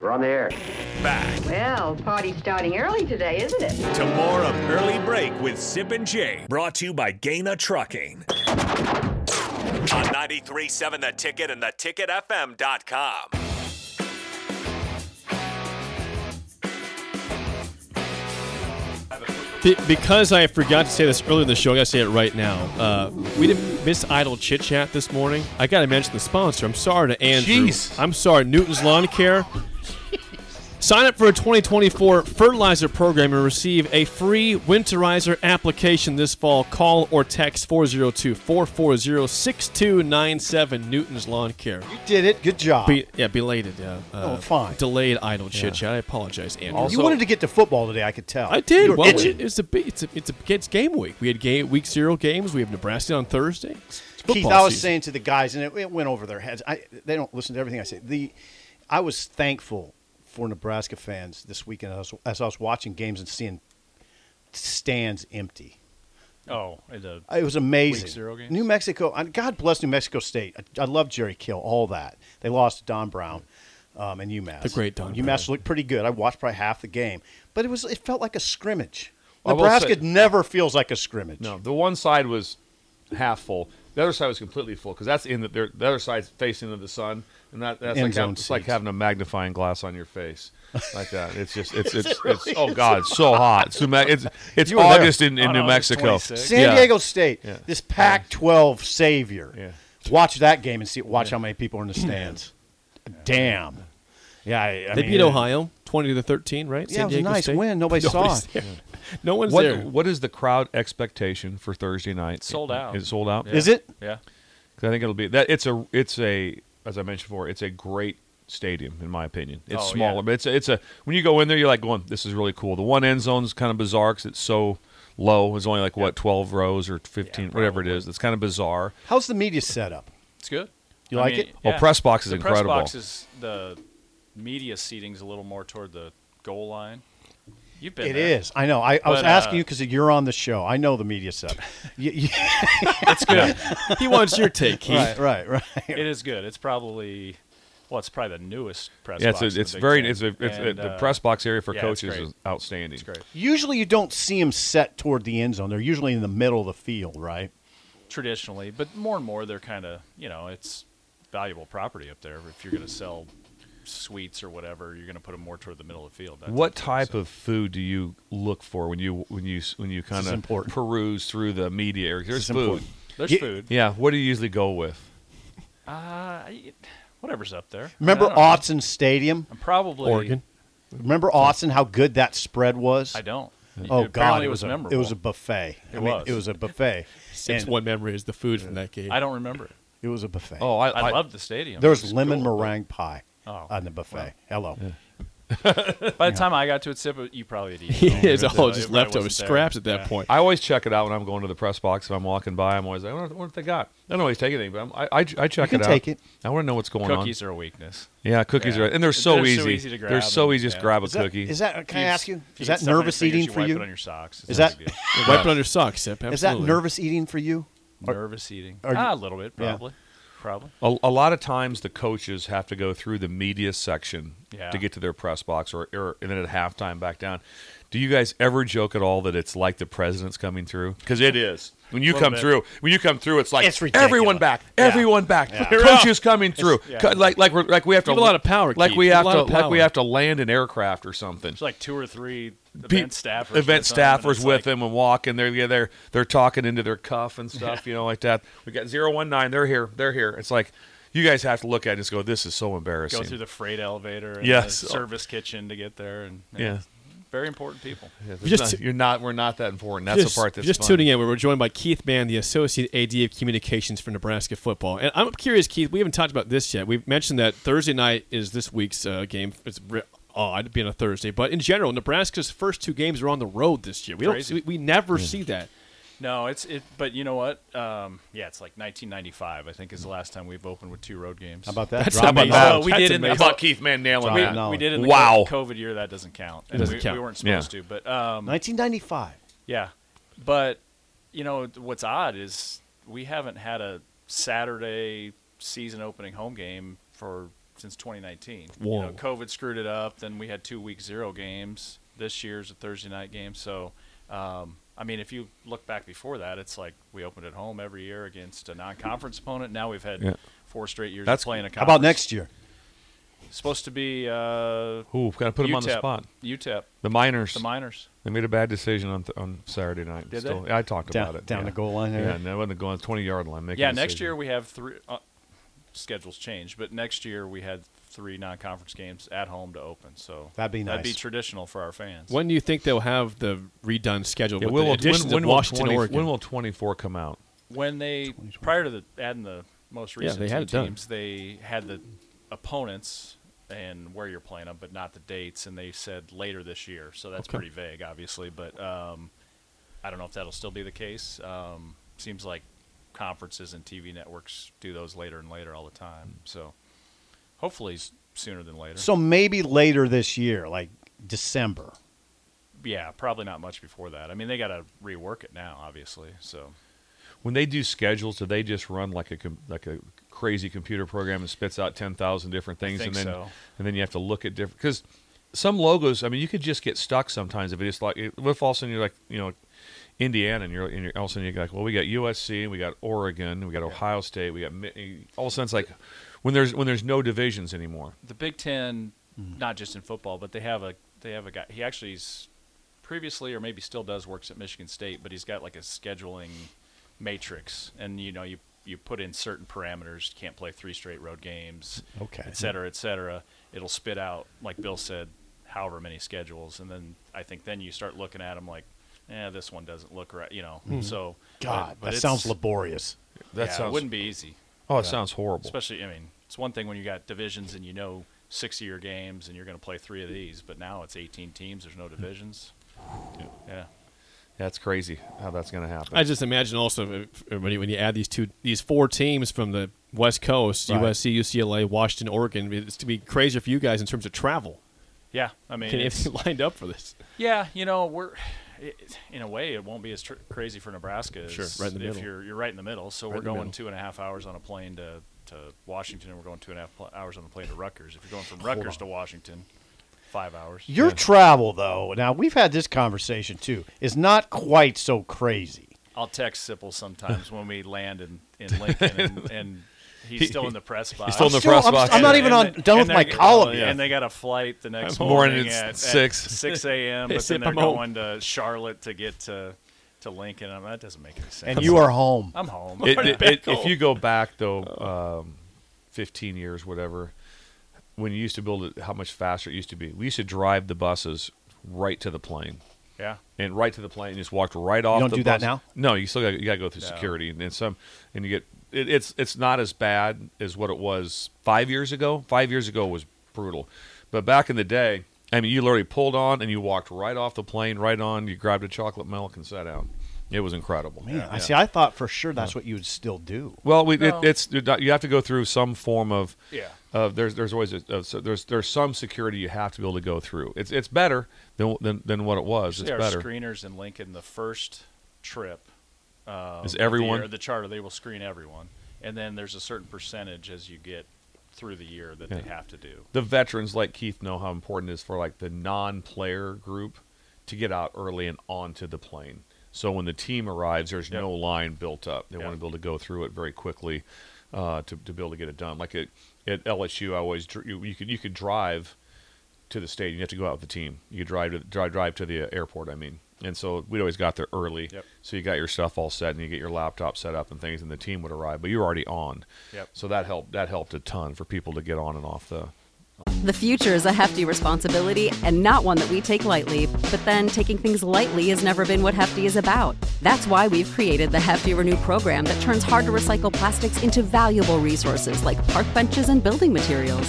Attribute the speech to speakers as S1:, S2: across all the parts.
S1: We're on the air.
S2: Back
S3: Well, party's starting early today, isn't it?
S2: to more of Early Break with Sip and Jay, brought to you by Gaina Trucking. On 93.7 The Ticket and theticketfm.com.
S4: Be- because I forgot to say this earlier in the show, I gotta say it right now. Uh, we didn't miss idle chit chat this morning. I gotta mention the sponsor. I'm sorry to Andrew.
S5: Jeez.
S4: I'm sorry, Newton's Lawn Care. Sign up for a 2024 fertilizer program and receive a free winterizer application this fall. Call or text 402 440 6297 Newton's Lawn Care.
S5: You did it. Good job.
S4: Be- yeah, belated. Yeah, uh,
S5: Oh, fine.
S4: Delayed idle chit chat. I apologize, Andrew.
S5: you
S6: Also-
S5: wanted to get to football today. I could tell.
S4: I did.
S5: You were
S4: Well,
S5: itching.
S4: it was a big- it's a it's a it's game week. We had game week zero games. We have Nebraska on Thursday. It's football
S5: Keith, I was
S4: season.
S5: saying to the guys, and it, it went over their heads. I, they don't listen to everything I say. The, I was thankful for Nebraska fans this weekend as, as I was watching games and seeing stands empty.
S6: Oh, it's a
S5: It was amazing.
S6: Week zero games?
S5: New Mexico, and God bless New Mexico State. I, I love Jerry Kill, all that. They lost to Don Brown um, and UMass.
S4: The great Don
S5: UMass
S4: Brown.
S5: looked pretty good. I watched probably half the game, but it was it felt like a scrimmage.
S6: Well, I will
S5: Nebraska
S6: say-
S5: never feels like a scrimmage.
S6: no. The one side was half full. The other side was completely full because that's in the their- the other side's facing into the sun, and that that's
S5: End
S6: like
S5: zone
S6: having, it's like
S5: seats.
S6: having a magnifying glass on your face, like that. It's just it's it's, it's oh god, it's so hot. It's Numa- it's, it's
S5: were there.
S6: August in, in
S7: On
S6: New
S7: August
S6: Mexico.
S7: 26th.
S5: San
S6: Yeah.
S5: Diego State,
S6: Yeah.
S5: this Pac-12 savior.
S6: Yeah.
S5: Watch that game and see. Watch how many people are in the stands. Damn. Yeah, I, I
S4: they
S5: mean, uh,
S4: beat Ohio twenty to thirteen, right?
S5: Yeah,
S4: San
S5: it was a
S4: Diego
S5: nice
S4: State?
S5: win. Nobody saw
S4: Nobody's
S5: it.
S4: there. No one's
S6: What
S4: there.
S6: what is the crowd expectation for Thursday night?
S7: Sold out.
S6: Is it sold out?
S5: Is it?
S7: Yeah.
S6: 'Cause I think it'll be that. It's a it's a as I mentioned before, it's a great stadium in my opinion. It's
S7: Oh, yeah.
S6: smaller, but it's a, it's a when you go in there, you're like going, this is really cool. The one end zone's kind of bizarre because it's so low. It's only like what twelve rows or fifteen, whatever it is. It's kind of bizarre.
S5: How's the media set up?
S7: It's good.
S5: You
S7: I
S5: like
S7: mean,
S5: it?
S6: Well, press box is
S7: the
S6: incredible.
S7: Press box is the media seating's a little more toward the goal line. You've been.
S5: It
S7: there.
S5: is. I know. I, I was
S7: But, uh,
S5: asking you because you're on the show. I know the media setup. You- you-
S4: That's good. he wants your take, Keith.
S5: right, right, right.
S7: It is good. It's probably. Well, it's probably the newest press
S6: Yeah,
S7: box.
S6: it's a,
S7: in the
S6: it's
S7: Big
S6: very
S7: Ten.
S6: it's a, it's
S7: And,
S6: a, the
S7: uh,
S6: press box area for
S7: yeah, it's
S6: coaches
S7: great.
S6: is outstanding.
S7: It's great.
S5: Usually, you don't see them set toward the end zone. They're usually in the middle of the field, right?
S7: traditionally, but more and more they're kind of you know it's valuable property up there. If you're going to sell suites or whatever, you're going to put them more toward the middle of the field.
S6: What type of food do you look for when you when you when you kind
S5: is
S6: of
S5: important.
S6: peruse through the media area? There's
S5: is
S6: food.
S5: important.
S7: There's
S5: You-
S7: food.
S6: Yeah, what do you usually go with?
S7: Uh, I- whatever's up there. I mean,
S5: Remember
S7: I don't know.
S5: Autzen Stadium?
S7: I'm probably
S4: Oregon.
S5: Remember Autzen? How good that spread was.
S7: I don't.
S5: Oh
S7: Apparently
S5: God,
S7: it was,
S5: a,
S7: memorable.
S5: It was a buffet.
S7: It
S5: I mean,
S7: was.
S5: It was a buffet.
S4: Six
S5: And
S4: one memory is the food from that game.
S7: I don't remember it.
S5: It was a buffet.
S6: Oh, I,
S7: I, loved the stadium.
S5: there
S7: It
S5: was lemon
S7: cool.
S5: meringue pie
S7: Oh,
S5: on the buffet. Hello.
S7: By the time I got to it, sip, you probably had eaten.
S4: It is
S7: It
S4: all
S7: probably
S4: just
S7: wasn't
S4: leftover
S7: there.
S4: scraps at that
S7: Yeah.
S4: point.
S6: I always check it out when I'm going to the press box. If I'm walking by, I'm always like, I wonder, I wonder if they got. I don't always take anything, but I'm, I, I, I check
S5: You can
S6: it out.
S5: take it.
S6: I want to know what's going
S7: Cookies
S6: on.
S7: are a weakness.
S6: yeah, cookies
S7: yeah.
S6: are, and they're so
S7: They're
S6: easy.
S7: so easy to
S6: They're
S7: grab
S6: so
S7: them,
S6: easy. Just
S7: yeah.
S6: grab a
S5: Is that,
S6: cookie.
S5: is that? Can I
S7: You-
S5: ask you?
S7: if you get
S5: Is that
S7: stuff on your
S5: nervous
S7: fingers,
S5: eating
S7: you
S5: for
S7: wipe
S5: you?
S7: It on your socks. It's
S5: Is
S7: not
S5: that-
S7: good.
S4: Wipe it on your socks, Sip.
S5: Is that
S4: absolutely.
S5: nervous eating for you?
S7: nervous eating?
S5: are you-
S7: ah, a little bit,
S5: Yeah.
S7: probably. Probably.
S6: A, a lot of times the coaches have to go through the media section
S7: Yeah.
S6: to get to their press box, or, or and then at halftime back down. Do you guys ever joke at all that it's like the president's coming through? Because it is. When you come through, when you come through, it's like
S5: It's ridiculous.
S6: everyone back,
S5: Yeah.
S6: everyone back.
S5: Yeah.
S6: Coach is coming through.
S7: yeah.
S6: Co- Like like we're, like we have to
S4: Give a lot of power,
S6: Like
S4: Keith.
S6: we
S4: Give a
S6: have
S4: lot
S6: to
S4: of
S6: like we
S4: power.
S6: have to land an aircraft or something.
S7: There's like two or three event
S6: Pe-
S7: staffers. with
S6: event
S7: them, and
S6: staffers
S7: it's
S6: with
S7: like,
S6: them and walking. They're yeah, they're they're talking into their cuff and stuff, you know, like that. We got zero one nine. They're here. They're here. It's like you guys have to look at it and just go. This is so embarrassing.
S7: Go through the freight elevator. And
S6: Yes.
S7: The service kitchen to get there, and yeah,
S6: Yeah.
S7: very important people.
S6: Yeah, there's
S4: Just-
S6: not- you're not. We're not that important. That's
S4: just,
S6: the part that's
S4: just
S6: fun.
S4: tuning in. We were joined by Keith Mann, the associate AD of communications for Nebraska football. And I'm curious, Keith. We haven't talked about this yet. We've mentioned that Thursday night is this week's uh, game. It's re- odd being a Thursday, but in general, Nebraska's first two games are on the road this year. We don't.
S7: Crazy.
S4: We, we never see that.
S7: No, it's it. But you know what? Um, yeah, it's like 1995. I think is the last time we've opened with two road games.
S5: How about that?
S4: That's
S5: Drop
S4: amazing.
S5: it out.
S7: Oh, we
S4: That's
S7: did in
S6: How
S7: the-
S4: amazing.
S6: about Keith Mandel and
S5: We-
S6: that?
S5: No.
S7: We did in the
S6: Wow.
S7: COVID year. That doesn't count. And
S4: doesn't
S7: we,
S4: count.
S7: we weren't
S6: Yeah.
S7: supposed to, but um,
S5: 1995.
S7: yeah. But you know what's odd is we haven't had a Saturday season opening home game for since 2019. You
S4: Whoa.
S7: know, COVID screwed it up. Then we had two week zero games. This year's a Thursday night game. So. Um, I mean, if you look back before that, it's like we opened at home every year against a non-conference opponent. Now we've had
S6: Yeah.
S7: four straight years
S6: That's-
S7: of playing a
S5: How
S7: conference.
S5: about next year?
S7: Supposed to be uh,
S6: Ooh, gotta put him on the
S7: UTEP.
S6: spot.
S7: UTEP,
S6: The miners.
S7: E the miners.
S6: They made a bad decision on th- on Saturday night.
S7: Did
S6: Still,
S7: they?
S6: I talked
S5: Down-
S6: about it
S5: down
S6: yeah.
S5: the goal line there.
S6: Yeah, and that wasn't the goal line. Twenty yard line. Make a
S7: yeah, next
S6: decision.
S7: year we have three. Uh, schedules change, but next year we had three non-conference games at home to open. So
S5: That'd be
S7: That'd be
S5: nice.
S7: traditional for our fans.
S4: When do you think they'll have the redone schedule
S6: Yeah,
S4: with
S6: when
S4: the
S6: will,
S4: additions
S6: when, when
S4: of
S6: will
S4: Washington,
S6: 20
S4: Oregon?
S6: When will twenty four come out?
S7: when they prior to the adding the most recent
S4: they had it
S7: two
S4: done.
S7: teams, they had the opponents and where you're playing them, but not the dates, and they said later this year. So that's pretty vague, obviously. But um, I don't know if that'll still be the case. Um, seems like conferences and TV networks do those later and later all the time. So hopefully s- sooner than later.
S5: So maybe later this year, like December.
S7: yeah, probably not much before that. I mean, they got to rework it now, obviously. So
S6: When they do schedules, do they just run like a com- like a crazy computer program and spits out ten thousand different things,
S7: think
S6: and then
S7: so.
S6: and then you have to look at different because some logos. I mean, you could just get stuck sometimes if it is like what if all of a sudden you're like you know Indiana and you're, and you're all of a sudden you're like well we got USC and we got Oregon we got Ohio State we got Mi- all of a sudden it's like when there's when there's no divisions anymore.
S7: the Big Ten,
S5: Mm.
S7: not just in football, but they have a they have a guy. He actually's previously or maybe still does works at Michigan State, but he's got like a scheduling matrix, and you know you you put in certain parameters. You can't play three straight road games,
S5: Okay.
S7: et cetera, et cetera. It'll spit out like Bill said, however many schedules, and then I think then you start looking at them like, eh, this one doesn't look right, you know. So
S5: Hmm. God,
S7: but- but
S5: that
S7: it's-
S5: sounds laborious.
S6: That
S7: yeah,
S6: sounds
S7: it wouldn't be easy.
S6: oh it sounds horrible.
S7: Especially, I mean, it's one thing when you got divisions and you know six-year games and you're going to play three of these, but now it's 18 teams. There's
S4: Hmm.
S7: no divisions. Yeah,
S6: That's crazy how that's going to happen.
S4: I just imagine also if- when you, when you add these two, these four teams from the West Coast,
S5: Right.
S4: USC, UCLA, Washington, Oregon, it's to be crazier for you guys in terms of travel.
S7: yeah. I mean,
S4: Can you
S7: it's-
S4: have lined up for this?
S7: yeah, you know, we're it, in a way it won't be as tr- crazy for Nebraska. As
S4: Sure, right in the
S7: if
S4: middle.
S7: you're you're right in the middle. So
S4: Right
S7: we're
S4: in the
S7: going
S4: middle.
S7: two and a half hours on a plane to to Washington, and we're going two and a half pl- hours on a plane to Rutgers. If you're going from Rutgers to Washington, five hours.
S5: Your travel, though, now we've had this conversation too, is not quite so crazy.
S7: I'll text Sipple sometimes when we land in, in Lincoln, and, and he's still in the press box.
S6: still in the
S5: Still,
S6: press
S5: I'm,
S6: box.
S5: I'm not
S6: And-
S5: even on
S7: they-
S5: done with
S7: and
S5: my
S7: they-
S5: column yet.
S7: And they got a flight the next
S6: I'm
S7: morning,
S6: morning, it's
S7: at, at
S6: six.
S7: six a.m. But
S4: Sip,
S7: then they're
S4: I'm home.
S7: going to Charlotte to get to to Lincoln. I mean, that doesn't make any sense.
S5: And you are home.
S7: I'm home.
S6: It- it- it- if you go back though, um, fifteen years, whatever, when you used to build it, how much faster it used to be. We used to drive the buses right to the plane
S7: yeah,
S6: and right to the plane, and just walked right off.
S5: don't
S6: the
S5: do that
S6: bus.
S5: now?
S6: No, you still got you got to go through security and, and some, and you get it, it's it's not as bad as what it was five years ago. Five years ago was brutal, but back in the day, I mean, you literally pulled on and you walked right off the plane, right on. You grabbed a chocolate milk and sat out. It was incredible.
S5: Man, I see. I thought for sure that's what you would still do.
S6: Well, we, it, it's you have to go through some form of
S7: Yeah.
S6: of there's there's always a, of, so there's there's some security you have to be able to go through. It's it's better than than, than what it was. It's
S7: Actually, our
S6: better.
S7: screeners in Lincoln the first trip. Uh,
S6: Is
S7: of the
S6: everyone-
S7: year, the charter? They will screen everyone, and then there's a certain percentage as you get through the year that they have to do.
S6: The veterans like Keith know how important it is for like the non-player group to get out early and onto the plane. So when the team arrives, there's no line built up. They want to
S7: Yep.
S6: be able to go through it very quickly uh, to to be able to get it done. Like at, at LSU, I always dr- you, you could you could drive to the stadium. You have to go out with the team. You could drive to drive drive to the airport. I mean, and so we'd always got there early.
S7: Yep.
S6: So you got your stuff all set and you get your laptop set up and things, and the team would arrive, but you were already on.
S7: Yep.
S6: So that helped that helped a ton for people to get on and off the
S1: The future is a hefty responsibility and not one that we take lightly, but then taking things lightly has never been what Hefty is about. That's why we've created the Hefty Renew program that turns hard to recycle plastics into valuable resources like park benches and building materials.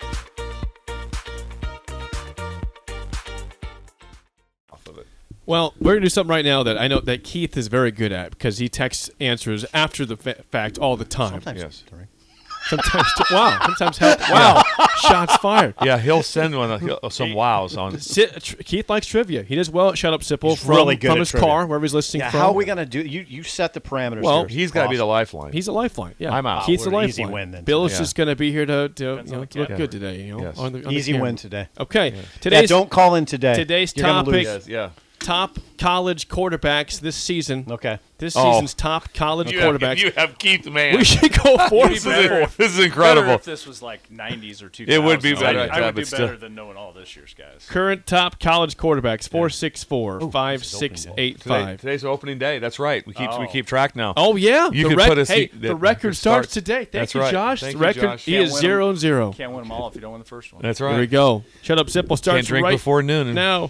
S6: off of it.
S4: Well, we're gonna do something right now that I know that Keith is very good at because he texts answers after the fa- fact all the time.
S5: Sometimes
S6: Yes.
S5: during-
S4: Sometimes, wow. Sometimes help. Wow. Shots fired.
S6: Yeah, he'll send one he'll, some wows on.
S4: Si- tr- Keith likes trivia. He does well at Shut Up Sipple
S5: He's
S4: from,
S5: really good
S4: from
S5: at
S4: his
S5: trivia.
S4: car, wherever he's listening
S5: Yeah,
S4: from.
S5: how are we gonna do? You you set the parameters.
S6: Well,
S5: here.
S6: he's got to be the
S5: Awesome.
S6: lifeline.
S4: He's a lifeline. Yeah,
S6: I'm out.
S4: Keith's a
S5: We're an
S4: lifeline.
S5: easy win then
S4: Bill's
S6: today.
S4: just going to be here to, to, you
S7: on
S4: know,
S7: the
S4: look
S7: camera.
S4: good today. You know,
S6: Yes.
S4: on the, on the
S5: easy
S4: camera.
S5: win today.
S4: Okay,
S5: Yeah,
S4: today's
S5: don't call in today.
S4: today's
S5: You're gonna
S4: topic-
S5: lose.
S6: yeah.
S4: top college quarterbacks this season.
S5: Okay.
S4: this
S6: Oh.
S4: season's top college quarterbacks.
S6: have Keith man.
S4: we should go four
S6: this, is,
S4: for four.
S6: this is
S7: Better
S6: incredible.
S7: if this was like 90s or 2000s.
S6: It would be better
S7: I,
S6: at
S7: I
S6: that,
S7: would do
S6: but still.
S7: better than knowing all this year's guys.
S4: Current top college quarterbacks: four six four five six eight
S6: Today-
S4: five.
S6: today's opening day. That's right. We keep we
S7: Oh.
S6: keep track now.
S4: Oh yeah,
S6: You
S4: the
S6: could
S4: rec-
S6: put us-
S4: hey,
S6: the-
S4: the,
S6: the
S4: record
S6: start-
S4: starts today. Thank
S6: That's
S4: you,
S6: right.
S4: Josh.
S6: Thank
S4: the
S6: you,
S4: record
S6: Josh.
S4: he
S6: Can't
S4: is
S7: win 'em.
S4: zero and zero.
S7: Can't win them all if you don't win the first one.
S6: That's right.
S4: There we go. Shut up, Sipple starts
S6: Can't drink
S4: right
S6: before noon. and-
S4: now.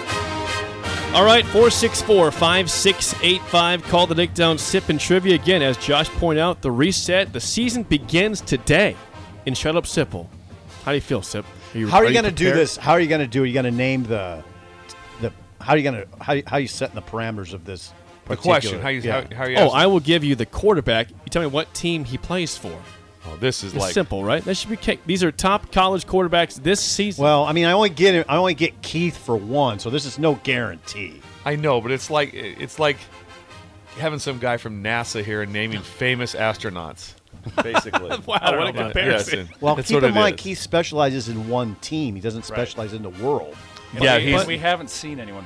S4: All right, 464 5685. Call the Nick Down Sip and Trivia. Again, as Josh pointed out, the reset, the season begins today in Shut Up Sipple. How do you feel, Sip?
S5: How are you gonna do
S4: prepared?
S5: this? How are you gonna do? it? You gonna name the the? How are you gonna how how you setting the parameters of this?
S6: The
S5: particular-
S6: question. How you
S5: yeah.
S6: how, how you?
S4: Oh,
S6: ask-
S4: I will give you the quarterback. You tell me what team he plays for.
S6: Oh, this is
S4: It's
S6: like
S4: simple, right? That should be cake. These are top college quarterbacks this season.
S5: Well, I mean, I only get it- I only get Keith for one, so this is no guarantee.
S6: I know, but it's like it's like having some guy from NASA here and naming famous astronauts. Basically.
S4: Wow,
S6: I don't
S4: what a
S6: know about-
S4: comparison.
S6: yes, and
S5: Well,
S6: that's
S5: keep
S6: what
S5: in
S6: it
S5: mind,
S6: is.
S5: Keith specializes in one team. He doesn't specialize in the world.
S7: But
S6: Yeah,
S7: we,
S6: he's-
S7: but we haven't seen anyone,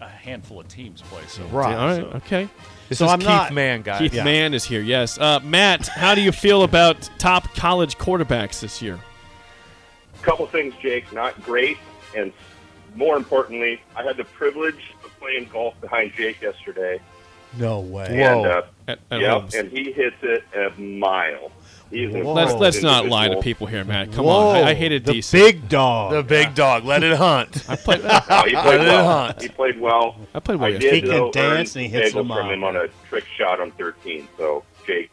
S7: a handful of teams play. So
S5: Right.
S4: All right,
S7: So-
S4: okay.
S6: This
S5: so
S6: is
S5: I'm
S6: Keith
S5: not-
S6: Mann, guys.
S4: Keith
S5: Yeah.
S4: Mann is here, yes. Uh, Matt, how do you feel about top college quarterbacks this year?
S8: couple things, Jake. Not great, and more importantly, I had the privilege of playing golf behind Jake yesterday,
S5: No way.
S8: And, uh,
S4: At- at
S8: yep,
S4: Holmes.
S8: and he hits it a mile. He's an
S4: Let's let's not
S8: individual.
S4: lie to people here, Matt. Come
S9: Whoa,
S4: on, I, I hated
S9: the
S4: DC.
S5: big dog.
S9: The big dog. Let it hunt.
S4: Oh, I played.
S8: No, Oh, he
S9: let
S8: played
S9: it
S8: well.
S9: hunt.
S8: He played well.
S4: I played
S8: I
S4: well
S8: did,
S4: yesterday.
S9: He can
S8: though,
S9: dance
S8: earn
S9: and he hits
S8: bagels
S9: them
S8: from
S9: out.
S8: him on a trick shot on 13. So, Jake,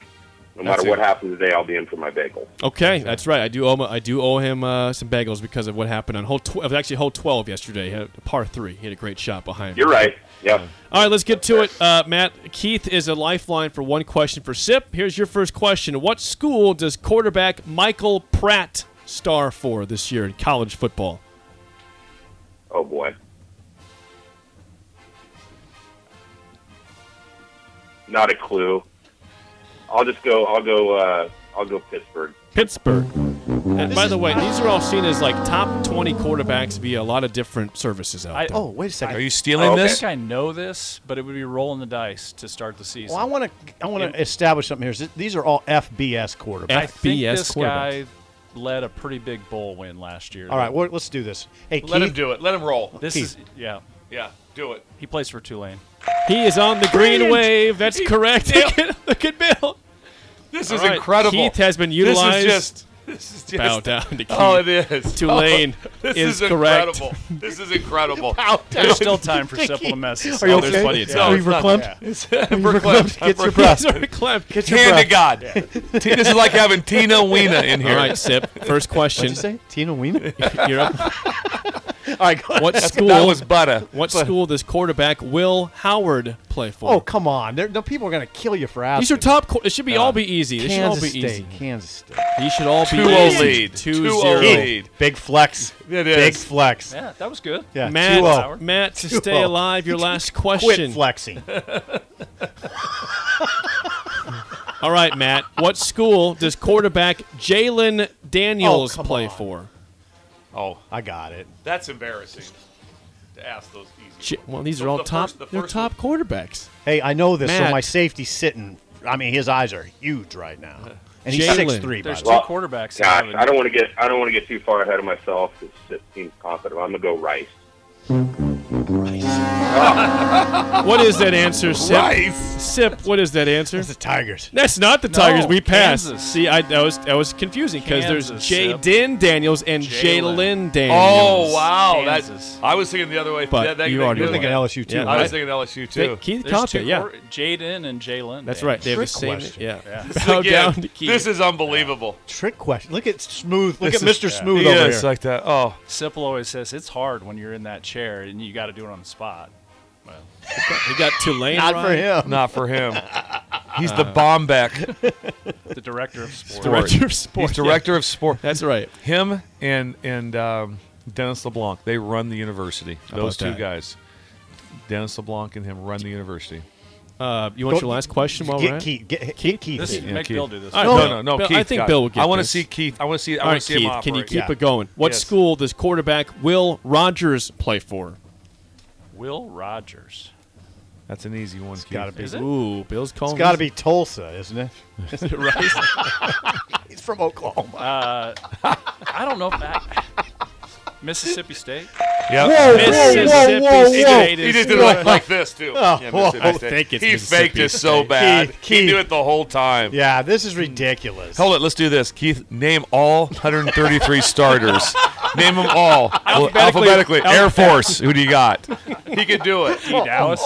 S8: no
S4: That's
S8: matter what
S4: it.
S8: happens today, I'll be in for my bagel.
S4: Okay, that's right. I do owe him, I do owe him uh, some bagels because of what happened on hole tw- it was actually hole twelve yesterday. He had a par three. He had a great shot behind.
S8: You're right. Yep.
S4: All right, let's get to it, uh, Matt. Keith is a lifeline for one question for Sip. Here's your first question: What school does quarterback Michael Pratt star for this year in college football?
S8: Oh, boy. Not a clue. I'll just go. I'll go. Uh, I'll go Pittsburgh.
S4: Pittsburgh. And by the way, these are all seen as like top twenty quarterbacks via a lot of different services out
S7: I-
S4: there.
S7: Oh,
S5: wait a second.
S6: Are you stealing
S4: Oh,
S7: I
S6: this?
S7: think I know this, but it would be rolling the dice to start the season.
S5: Well, I want to I want to establish something here. These are all FBS quarterbacks.
S7: I think this guy led a pretty big bowl win last year.
S5: All right, well, let's do this. Hey,
S7: Let him
S5: Keith,
S6: do it. Let him roll.
S7: This
S5: Keith.
S7: is yeah.
S6: Yeah, do it.
S7: He plays for Tulane.
S4: He is on the green wave. That's correct. Look at, look at Bill.
S6: This
S4: All right, Keith has been
S6: This is
S4: utilized.
S6: just. This is just
S4: Bow down to Keith.
S6: Oh, it is. Oh,
S4: Tulane
S6: this
S4: is
S6: is,
S4: correct.
S6: incredible. This is incredible.
S7: There's still time for simple messes.
S4: Are you okay?
S6: No,
S4: Are you
S6: it's not.
S4: verklempt?
S6: It's-
S4: Are you
S6: verklempt.
S4: verklempt?
S6: I'm
S4: Get your
S6: verklempt.
S4: breath. Sorry, Clem. Get your
S6: Hand to
S4: breath.
S6: God. T- this is like having Tina Wiener in here.
S4: All right, Sip. First
S5: What'd
S4: question.
S5: you say? Tina Wiener?
S4: You're up.
S5: all right, go
S4: What
S5: ahead.
S4: school?
S6: That was butter.
S4: What school does quarterback Will Howard play for?
S5: Oh, come on. There, no, people are going to kill you for asking.
S4: These are top. Qu- it should be all be easy. They should all
S5: Oh, Kansas
S4: be
S5: State.
S4: easy.
S5: Kansas State.
S4: These should all be
S6: 2-0
S4: easy.
S6: lead.
S4: 2-0.
S6: 2-0 lead.
S5: Keith, Big flex.
S6: It
S5: Big
S6: is.
S5: flex.
S7: Yeah, that was good.
S5: Yeah,
S4: Matt,
S5: 2-0.
S4: Matt, to stay
S5: 2-0.
S4: alive, your last
S5: oh. Quit
S4: question.
S5: flexing.
S4: All right, Matt. What school does quarterback Jalen Daniels
S5: Oh, come
S4: play
S5: on.
S4: for?
S6: Oh,
S5: I got it.
S6: that's embarrassing to ask those easy.
S4: J- well, these are
S6: The-
S4: all
S6: the
S4: top.
S6: first- the
S4: they're
S6: first
S4: top quarterbacks.
S5: Hey, I know this, so
S4: Matt.
S5: my safety's sitting. I mean, his eyes are huge right now. And he's
S4: Jalen.
S5: 6'3", by
S7: There's
S5: the
S7: two
S5: way.
S8: Well,
S7: quarterbacks. that
S8: Gosh,
S7: haven't-
S8: I don't want to get. I don't want to get too far ahead of myself. 'cause It seems confident. I'm gonna go Rice.
S4: What is that answer, Sip?
S6: Rice.
S4: Sip, what is that answer?
S5: It's the Tigers.
S4: That's not the Tigers. We passed.
S7: Kansas.
S4: See, I that was that was confusing because there's
S7: Kansas, Sip.
S4: Jaden Daniels and
S7: Jalen.
S4: Jalen Daniels.
S6: Oh wow,
S7: Kansas.
S6: that's. I was thinking the other way.
S4: But
S6: That- that-
S4: you
S6: that-
S4: already
S6: that-
S5: You're thinking LSU, too,
S4: Yeah,
S6: I
S5: right?
S6: was thinking LSU too.
S4: They- Keith
S7: There's
S4: caught
S7: two
S4: that. Yeah,
S7: quar- Jaden and Jalen.
S4: that's
S7: Daniels.
S4: right. They have the
S5: Trick
S4: same.
S5: question.
S4: Yeah.
S6: This
S4: Bow
S6: again,
S4: down to Keith.
S6: This is unbelievable.
S5: Trick question. Look at Smooth. Look
S6: This
S5: at
S6: is-
S5: Mr. Smooth
S6: He
S5: over
S6: is
S5: here.
S6: like that. Oh,
S7: Sipple always says it's hard when you're in that chair and you got to do it on the spot.
S4: he got Tulane.
S5: Not
S4: right.
S5: for him.
S6: not for him. He's the
S4: Uh,
S6: bomb back.
S7: The director of sports.
S4: Director of sports.
S6: He's director of sport.
S4: That's right.
S6: Him and and um, Dennis LeBlanc, they run the university. Those
S4: about
S6: two
S4: that?
S6: guys, Dennis LeBlanc and him, run the university.
S4: Uh, you want
S5: Go-
S4: your last question while we're
S5: Get
S4: at? it?
S5: Keith. Get, get Keith.
S7: This is
S5: in.
S6: Yeah,
S7: make
S6: Keith.
S7: Bill do this.
S4: All right,
S6: No,
S4: Bill-
S6: no, no.
S4: Bill,
S6: Keith,
S4: I think
S6: got it.
S4: Bill will get
S6: I want to
S4: this.
S6: see Keith. I want to see. I
S4: All
S6: want
S4: right,
S6: to see
S4: Keith,
S6: him
S4: can you
S6: operate.
S4: keep
S5: Yeah.
S4: it going? What
S6: Yes.
S4: school does quarterback Will Rogers play for?
S7: Will Rogers.
S6: That's an easy one. Keith.
S5: gotta be.
S7: Is it?
S4: Ooh, Bill's calling.
S5: It's got to
S4: this-
S5: be Tulsa, isn't it?
S4: Rice.
S5: He's from Oklahoma.
S7: Uh, I don't know. If I, Mississippi State.
S6: Yep.
S4: Mississippi State
S6: He
S4: is
S6: just did it like, like this too.
S5: Oh,
S6: Mississippi
S5: I
S6: State.
S4: think it's
S6: he
S4: Mississippi
S6: faked it so
S4: State.
S6: bad.
S5: Keith,
S6: He knew
S5: Keith.
S6: it the whole time.
S5: Yeah, this is ridiculous.
S6: Hold it. Let's do this, Keith. Name all 133 starters. Name them all alphabetically. Air Force. Who do you got? He could do it. He,
S7: Dallas.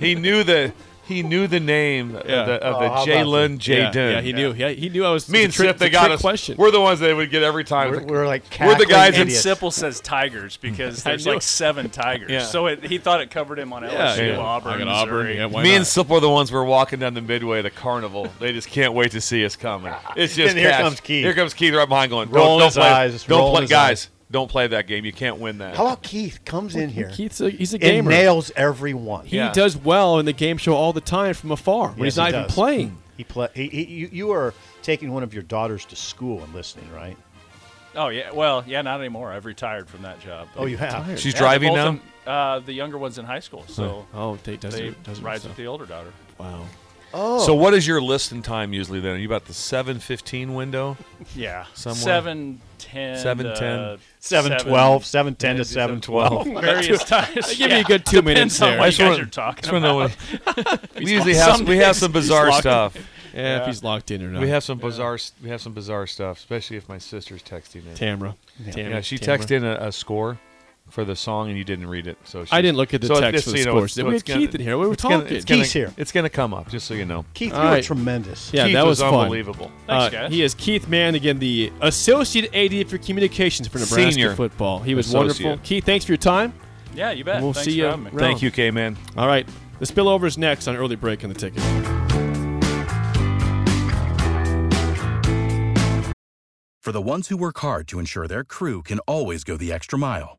S6: knew the he knew the name of
S4: Yeah.
S6: the, of
S5: Oh, how
S6: the Jalen
S4: Yeah,
S6: Jaden.
S4: yeah, he knew. Yeah, he knew I was.
S6: Me
S4: it's a
S6: and
S4: trick,
S6: Sip, they
S4: it's a
S6: got
S4: trick
S6: us.
S4: Question.
S6: We're the ones they would get every time.
S5: We're, we're like
S6: We're the
S5: cackling
S6: guys in
S7: And
S5: idiots.
S7: Sipple says Tigers because
S4: I
S7: there's
S4: knew
S7: like
S4: it.
S7: seven Tigers.
S6: Yeah.
S7: So it, he thought it covered him on
S4: yeah,
S7: LSU,
S6: yeah.
S7: Auburn,
S4: I got
S7: Missouri.
S4: Yeah, why
S6: me
S4: not?
S6: and Sip were the ones who were walking down the midway of the carnival. They just can't wait to see us coming. It's just
S5: And here
S6: cash.
S5: comes Keith.
S6: Here comes Keith right behind going,
S5: Rolling
S6: don't, don't
S5: his
S6: play,
S5: eyes,
S6: don't
S5: rolling
S6: play,
S5: his
S6: guys,
S5: eyes.
S6: don't play that game. You can't win that.
S5: How about Keith comes in here
S4: Keith's a, he's a
S5: and
S4: gamer.
S5: nails everyone?
S4: He
S6: Yeah.
S4: does well in the game show all the time from afar when
S5: Yes,
S4: he's not
S5: he
S4: even
S5: does. Hmm.
S4: playing.
S5: He play. He, he, you, you are taking one of your daughters to school and listening, right?
S7: Oh, yeah. Well, yeah, not anymore. I've retired from that job.
S5: Oh, you have.
S6: She's
S7: Yeah,
S6: driving
S7: both
S6: now.
S7: of them- uh, the younger one's in high school, so
S4: Oh, they does
S7: they
S4: it, does it
S7: rides
S4: so.
S7: with the older daughter.
S4: Wow.
S5: Oh.
S6: So what is your listing time usually then? Are you about the seven fifteen window?
S7: Yeah.
S6: Somewhere.
S7: Seven ten.
S6: Seven ten.
S5: Seven twelve, seven ten to seven twelve.
S7: Various times.
S5: I give you a good two minutes there.
S7: I
S5: I
S7: you
S5: just
S7: guys
S5: wanna-
S7: are talking
S6: just wanna know
S7: about.
S6: what- we usually have some, we have some bizarre stuff.
S4: Yeah, if he's locked in or not.
S6: We have some bizarre s- we have some bizarre stuff, especially if my sister's texting in.
S4: Tamra.
S6: Yeah,
S4: Tamra,
S6: Yeah, she
S4: Tamra.
S6: texted in a, a score for the song and you didn't read it. So
S4: I
S6: she's-
S4: didn't look at the
S6: so
S4: text
S6: it's-
S4: for the
S6: you know, it's-
S4: scores.
S6: so
S4: We had
S6: it's gonna-
S4: Keith in here. We were
S6: it's gonna-
S4: talking.
S6: it's gonna-
S4: Keith's here.
S6: It's going to come up just so you know.
S5: Keith,
S4: All right. Yeah,
S6: Keith
S4: that was, fun.
S6: unbelievable.
S4: Uh, He is Keith Mann again, the associate AD for communications for Nebraska
S6: Senior
S4: football. He was
S6: associate.
S4: wonderful. Keith, thanks for your time.
S7: Yeah, you bet.
S4: And we'll
S7: Thanks
S4: see
S7: for
S4: you.
S7: having me.
S4: around.
S6: Thank you, K Man.
S4: All right, the spillover is next on early break in the ticket.
S10: For the ones who work hard to ensure their crew can always go the extra mile,